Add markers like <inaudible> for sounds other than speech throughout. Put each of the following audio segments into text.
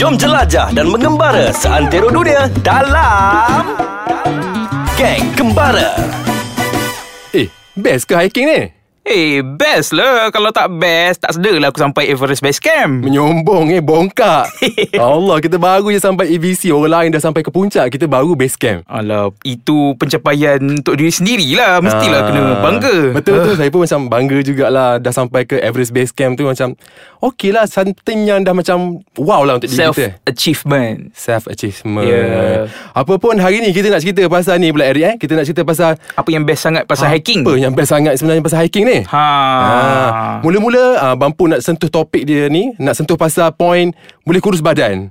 Jom jelajah dan mengembara seantero dunia dalam Geng Kembara. Eh, best ke hiking ni? Eh, best lah. Kalau tak best, tak sedalah aku sampai Everest Base Camp. Menyombong eh, <laughs> bongkak. Allah, kita baru je sampai EVC. Orang lain dah sampai ke puncak. Kita baru base camp. Alah, itu pencapaian untuk diri sendirilah. Mestilah Ah, kena bangga. Ah. Betul-betul saya pun macam bangga jugalah Dah sampai ke Everest Base Camp tu Macam Okay lah Something yang dah macam Wow lah untuk diri kita Self-achievement. Self-achievement Yeah. Apa pun hari ni Kita nak cerita pasal ni pula Eric eh Kita nak cerita pasal Apa yang best sangat pasal hiking? Apa yang best sangat sebenarnya pasal hiking ni Ha. Ah, mula-mula ah, Bampu nak sentuh topik dia ni Nak sentuh pasal point Boleh kurus <laughs> badan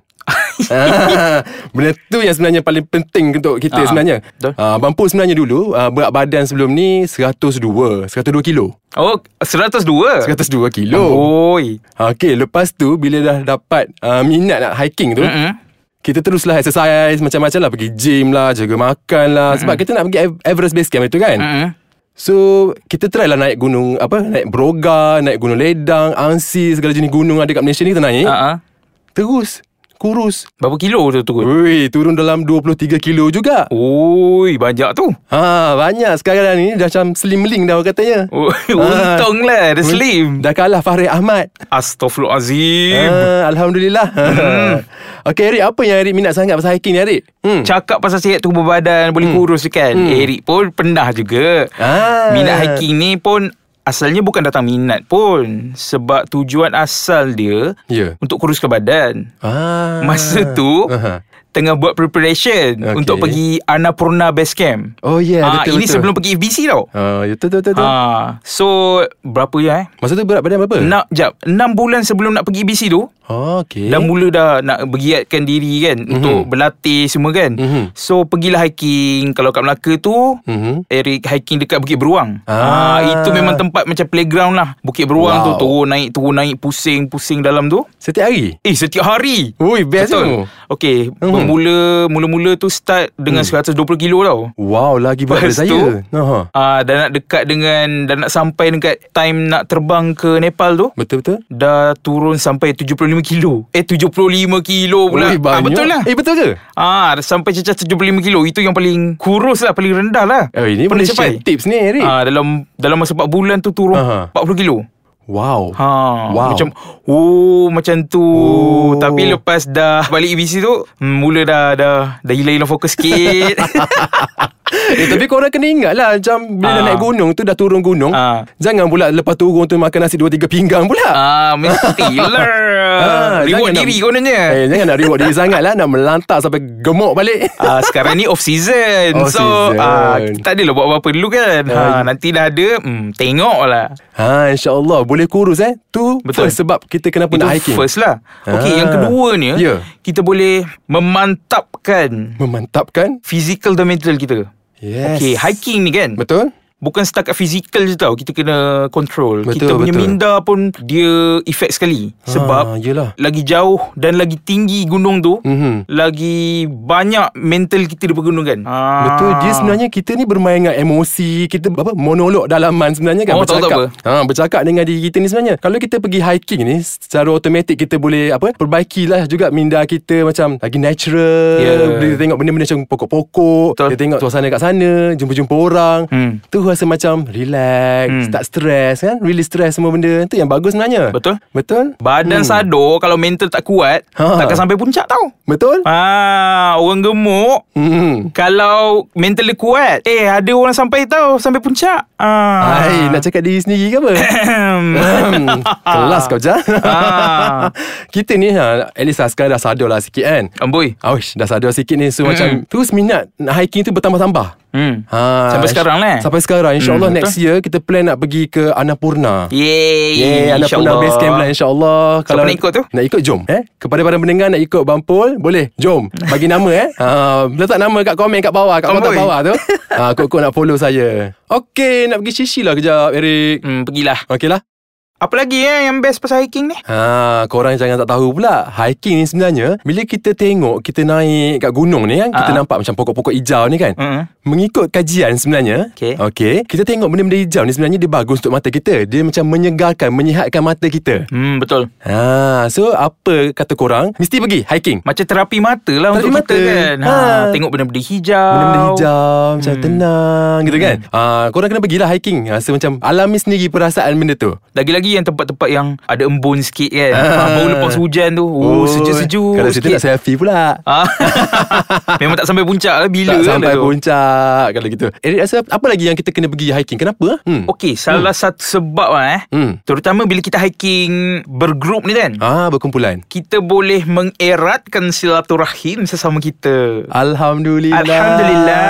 ah, benda tu yang sebenarnya paling penting untuk kita Ah, sebenarnya betul. ah, Bampu sebenarnya dulu ah, Berat badan sebelum ni 102 102 kilo Oh, 102. 102 kilo Oi. Ah, Okay lepas tu Bila dah dapat ah, Minat nak hiking tu Mm-mm. Kita teruslah exercise Macam-macam lah Pergi gym lah Jaga makan lah Sebab kita nak pergi Ev- Everest Base Camp itu kan Mm-mm. So kita try lah naik gunung apa naik Broga, naik gunung Ledang, Angsi segala jenis gunung ada kat Malaysia ni kita naik. Ha. Terus kurus. Berapa kilo tu turun? Woi, turun dalam 23 kilo juga. Oi, banyak tu. Ha, banyak sekarang ni dah macam slimling dah orang katanya. Oi, Ah. Untung lah, dia Un- Oh, slim. Dah kalah Fahri Ahmad. Astaghfirullahalazim. Ha, alhamdulillah. Hmm. <laughs> Okey Erik, apa yang Erik minat sangat pasal hiking ni Erik? Hmm. Cakap pasal sihat tubuh badan Boleh kurus je kan Eric pun pendah juga Ah. Minat hiking ni pun Asalnya bukan datang minat pun Sebab tujuan asal dia Ya. Untuk kuruskan badan Ah. Masa tu Aha. Tengah buat preparation Okey. Untuk pergi Annapurna Base Camp Oh ya, yeah, Ah, betul Ini betul. sebelum pergi FBC tau Ah, ya, betul betul betul. Ah, So Berapa ya eh Masa tu berat badan berapa? nak jap 6 bulan sebelum nak pergi BC tu Oh, okey. Dah mula dah nak bergiatkan diri kan mm-hmm. Untuk berlatih semua kan Mhm. mm-hmm. So pergilah hiking Kalau kat Melaka tu Mhm. Eric hiking dekat Bukit Beruang Ah. ah. Itu memang tempat macam playground lah Bukit Beruang Wow. tu Turun naik Turun naik Pusing-pusing dalam tu Setiap hari? Eh setiap hari Ui, Oh, best tu. Okay Mhm. Bermula Mula-mula tu start Dengan 120 kilo tau Wow, lagi berat Lepas daripada saya. tu Aha. ah, Dah nak dekat dengan Dah nak sampai dekat Time nak terbang ke Nepal tu Betul-betul? dah turun sampai 75 kilo. Eh 75 kilo pula. Ui, ah, banyak. betul lah. Eh, betul ke? Ah, sampai cecah 75 kilo itu yang paling kurus lah, paling rendah lah. Oh, ini Pernah boleh share capai? tips ni, Eric. Ah, dalam dalam masa 4 bulan tu turun Aha. 40 kilo. Wow. Ha, Wow. macam oh macam tu. Oh. Tapi lepas dah balik EBC tu, hmm, mula dah dah dah hilang-hilang fokus <laughs> sikit. eh, tapi korang kena ingat lah. Macam bila dah Ah. naik gunung tu, dah turun gunung. Ah. Jangan pula lepas turun tu makan nasi dua tiga pinggang pula. ah, mestilah. Ah, jangan Reward diri nak- kononnya. Eh, jangan nak reward diri sangat lah. Nak melantar sampai gemuk <laughs> balik. Ah sekarang ni off season. Off so season. Ya. ah tak adalah buat apa-apa dulu kan. Ha nanti dah ada hmm tengoklah. ha, insyaAllah. Boleh kurus eh. Tu Betul. first sebab kita kenapa Itu nak hiking. first lah. Okey Ah. yang kedua ni Ya. kita boleh memantapkan Memantapkan. physical dan mental kita. Yes. Okey hiking ni kan. Betul? Bukan setakat fizikal je tau Kita kena control Betul, Kita betul. Ah, punya minda pun Dia efek sekali Sebab yelah. Lagi jauh Dan lagi tinggi gunung tu Mhm. Lagi banyak mental kita dipergunakan ah. Betul dia sebenarnya kita ni bermain dengan emosi, kita apa monolog dalaman sebenarnya kan Oh, tak, tak Ha bercakap dengan diri kita ni sebenarnya. Kalau kita pergi hiking ni secara automatik kita boleh apa perbaikilah juga minda kita macam lagi natural. Ya. Boleh Kita tengok benda-benda macam pokok-pokok, Betul. kita tengok suasana kat sana, jumpa-jumpa orang. Hmm. Tu rasa macam relax, tak stres kan, release stress semua benda. Tu yang bagus sebenarnya. Betul. Betul? Badan hmm. sado kalau mental tak kuat Ha. ha. takkan sampai puncak tau. Betul? Ah, orang gemuk Hmm. kalau mental dia kuat, eh ada orang sampai tau sampai puncak. Ah. Hai, nak cakap diri sendiri ke <coughs> apa? Ahem. <coughs> Kelas kau je Ah. <laughs> Oh. Kita ni ha, At least lah sekarang dah sadar lah sikit kan <laughs> Amboi. Awish dah sadar sikit ni So mm. macam Terus minat nak hiking tu bertambah-tambah Hmm. ha, Sampai sekarang lah, eh? Sampai sekarang InsyaAllah Hmm, next year Kita plan nak pergi ke Annapurna Yeay. Yeah, Annapurna insyaAllah. Base Camp lah insyaAllah Siapa nak ikut tu? Nak ikut jom eh? Kepada para pendengar nak ikut Bampul Boleh jom Bagi nama eh ha, Letak nama kat komen kat bawah Kat kotak Amboi. bawah tu ha, Kok-kok nak follow saya Okay nak pergi sisi lah kejap Eric Hmm, pergilah. Okey lah Apa lagi eh yang best pasal hiking ni? Ha, korang jangan tak tahu pula Hiking ni sebenarnya Bila kita tengok Kita naik kat gunung ni kan Kita Ah. nampak macam pokok-pokok hijau ni kan Mm. Mengikut kajian sebenarnya Okey. okay Kita tengok benda-benda hijau ni Sebenarnya dia bagus untuk mata kita Dia macam menyegarkan Menyihatkan mata kita Hmm, betul. ha, So apa kata korang Mesti pergi hiking Macam terapi mata lah Terapi untuk kita mata. kan. Ha, Ha. tengok benda-benda hijau. Benda-benda hijau Hmm. Macam tenang gitu kan ha, Korang kena pergilah hiking Rasa macam alami sendiri perasaan benda tu Lagi-lagi yang tempat-tempat yang ada embun sikit kan. Ha, Ah. baru lepas hujan tu. Oh, sejuk-sejuk Kalau situ sikit. nak selfie pula Ah. <laughs> Memang tak sampai puncak lah tak bila lah sampai tu. puncak kalau gitu. Eh, rasa apa lagi yang kita kena pergi hiking? Kenapa? Hmm. Okey, salah satu sebab lah eh. Hmm. Terutama bila kita hiking bergrup ni kan. Ah, berkumpulan. Kita boleh mengeratkan silaturahim sesama kita. Alhamdulillah. Alhamdulillah.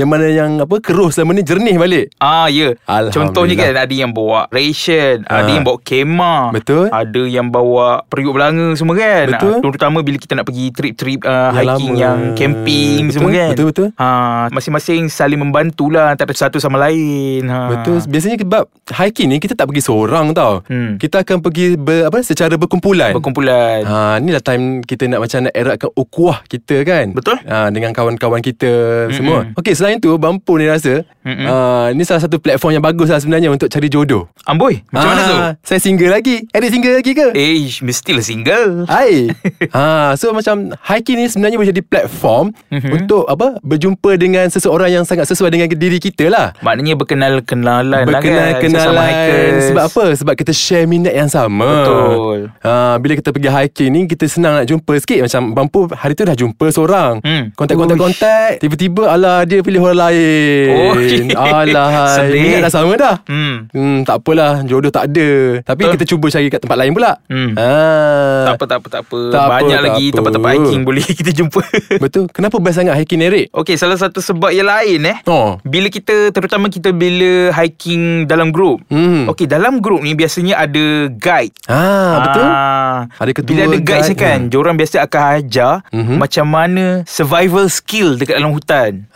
Yang mana yang apa keruh selama ni jernih balik. Ah ya Alhamdulillah. Contohnya kan Ada yang bawa ration ha. Ada Ah. yang bawa kemah Betul. Ada yang bawa Periuk belanga semua kan Betul. Ah, Terutama bila kita nak pergi Trip-trip uh, Ya, Hiking lama. yang Camping Betul, semua kan betul, betul. ha, Masing-masing saling membantulah Antara satu sama lain ha. Betul. Biasanya sebab hiking ni kita tak pergi seorang tau. Hmm. Kita akan pergi ber, apa secara berkumpulan. Berkumpulan Ha, ha. inilah time kita nak macam nak eratkan ukuah kita kan Betul. ha, Dengan kawan-kawan kita Mm-mm. semua Okey selain tu Bampu ni rasa Mm-mm. ha, Ni salah satu platform yang bagus lah sebenarnya Untuk cari jodoh Amboi Macam mana Ah, tu? Saya single lagi Ada single lagi ke? Eh mestilah single <laughs> Hai. ha, so macam hiking ni sebenarnya boleh jadi platform Mhm. mm-hmm. untuk apa? Berjumpa dengan seseorang yang sangat sesuai dengan diri kita lah. Maknanya berkenal-kenalan lah kan Sesama Berkenal-kenalan hikers. Sebab apa? Sebab kita share minat yang sama Betul. ha, Bila kita pergi hiking ni Kita senang nak jumpa sikit Macam Bampu hari tu dah jumpa seorang Hmm. Kontak-kontak-kontak Tiba-tiba Alah dia pilih orang lain Oh, Alah sedih. Minat dah sama dah Hmm Hmm, tak apalah jodoh tak ada. Tapi Betul. kita cuba cari kat tempat lain pula. Hmm. Ah. tak apa, tak apa, tak apa. Tak apa, Banyak tak lagi apa. tempat-tempat hiking boleh <laughs> kita jumpa. Betul. Kenapa best sangat hiking ni, Rik? Okey, salah satu sebab yang lain eh. Oh. Bila kita terutama kita bila hiking dalam grup. Hmm. Okey, dalam grup ni biasanya ada guide. Ah, betul. Ah, Ada ketua Bila ada guide, guide, ni kan, hmm. diorang biasa akan ajar Mhm. macam mana survival skill dekat dalam hutan.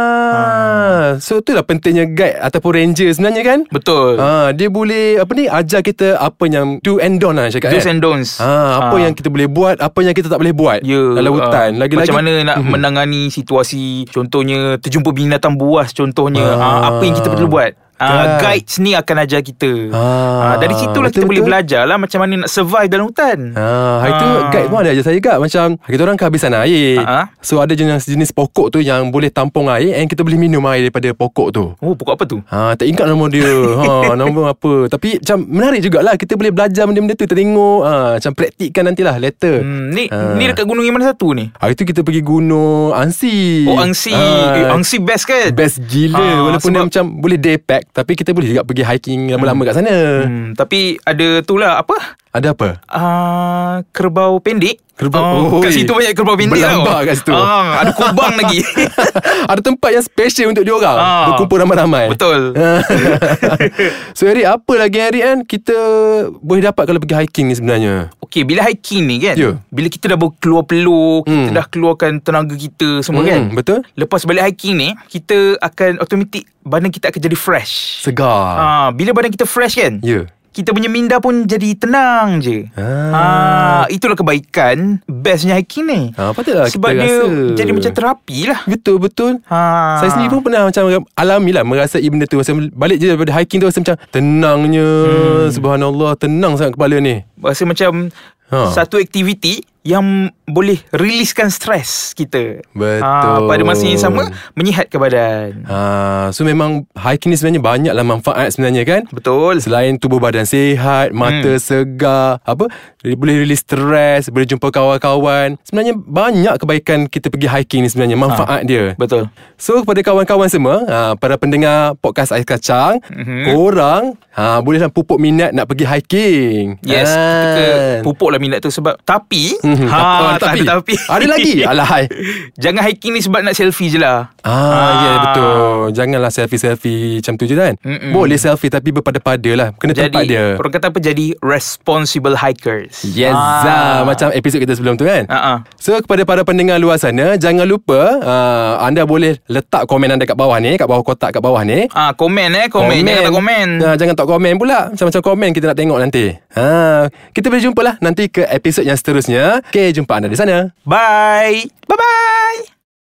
Ah. So itulah pentingnya guide ataupun ranger sebenarnya kan? Betul. Ah, dia boleh apa ni ajar kita apa yang do and don't lah cakap. Do's kan? and don'ts. Ah, apa yang kita boleh buat, apa yang kita tak boleh buat Ya, dalam hutan. ah, Lagi-lagi Mhm. Macam mana nak menangani situasi Contohnya Terjumpa binatang buas Contohnya ah. Ah. Apa yang kita perlu buat ah, Kan. Guides ni akan ajar kita Ah, ah. Dari situlah kita betul-betul. boleh belajar lah Macam mana nak survive dalam hutan Ah, hari tu Ah. guide pun ada ajar saya juga Macam kita orang kehabisan air Ah. So ada jenis, jenis pokok tu Yang boleh tampung air And kita boleh minum air daripada pokok tu Oh pokok apa tu? Ha, tak ingat nama dia <laughs> ha, Nama apa Tapi macam menarik jugalah Kita boleh belajar benda-benda tu Kita tengok ha, Macam praktikkan nantilah later hmm. Hmm, ni Ah. ni dekat gunung yang mana satu ni? Hari tu kita pergi gunung Angsi Oh Angsi eh, Angsi best kan? ah. Best gila Ah, ha, Walaupun dia sebab- macam boleh day pack Tapi kita boleh juga pergi hiking Lama-lama kat sana hmm. Hmm, tapi ada tu lah apa? Ada apa? <laughs> Uh, kerbau pendek Kerbau- oh, Kat Oi. situ banyak kerbau pendek Berlambak tau kat situ. Ah, Ada <laughs> kubang lagi Ada tempat yang special untuk diorang Ah. Berkumpul ramai-ramai Betul <laughs> so Eric apa lagi Eric kan Kita boleh dapat kalau pergi hiking ni sebenarnya Okay bila hiking ni kan Ya. Bila kita dah keluar pelur Kita Hmm. dah keluarkan tenaga kita semua Hmm, kan betul. Lepas balik hiking ni Kita akan automatik Badan kita akan jadi fresh Segar Ah, Bila badan kita fresh kan Ya Kita punya minda pun jadi tenang je Ah. ah. Itulah kebaikan Bestnya hiking ni Ah, patutlah Sebab kita dia rasa. jadi macam terapi lah Betul-betul Ah. Saya sendiri pun pernah macam alami lah merasai benda tu. Masa balik je daripada hiking tu rasa macam tenangnya. Hmm. Subhanallah, tenang sangat kepala ni. Rasa macam ha. Ha. Satu aktiviti Yang boleh Releasekan stres kita Betul. Ah, Pada masa yang sama Menyihatkan badan Ha, so memang hiking ni sebenarnya banyaklah manfaat sebenarnya kan? Betul Selain tubuh badan sihat, mata hmm. segar, apa boleh release stres, boleh jumpa kawan-kawan. Sebenarnya banyak kebaikan kita pergi hiking ni sebenarnya manfaat ha. dia. Betul So kepada kawan-kawan semua ha, Para pendengar podcast Ais Kacang mm-hmm. Korang ha, Bolehlah pupuk minat nak pergi hiking Yes Kan? Kita pupuklah minat tu Sebab Tapi mm-hmm. Mhm. Ha, tak ada tapi. Ada lagi <laughs> Alahai <laughs> Jangan hiking ni sebab nak selfie je lah Ah, ya yeah, betul Janganlah selfie-selfie Macam tu je kan Mm-mm. Boleh selfie Tapi berpada-pada lah Kena tempat Jadi dia Orang kata apa Jadi responsible hikers Yes ah. Macam episod kita sebelum tu kan Ah, ah. So kepada para pendengar luar sana Jangan lupa uh, Anda boleh letak komen anda kat bawah ni Kat bawah kotak kat bawah ni Ah, komen eh Komen, Jangan tak komen ha, Jangan tak komen pula Macam-macam komen kita nak tengok nanti ha, Kita boleh jumpa lah Nanti ke episod yang seterusnya Okay jumpa anda di sana Bye Bye-bye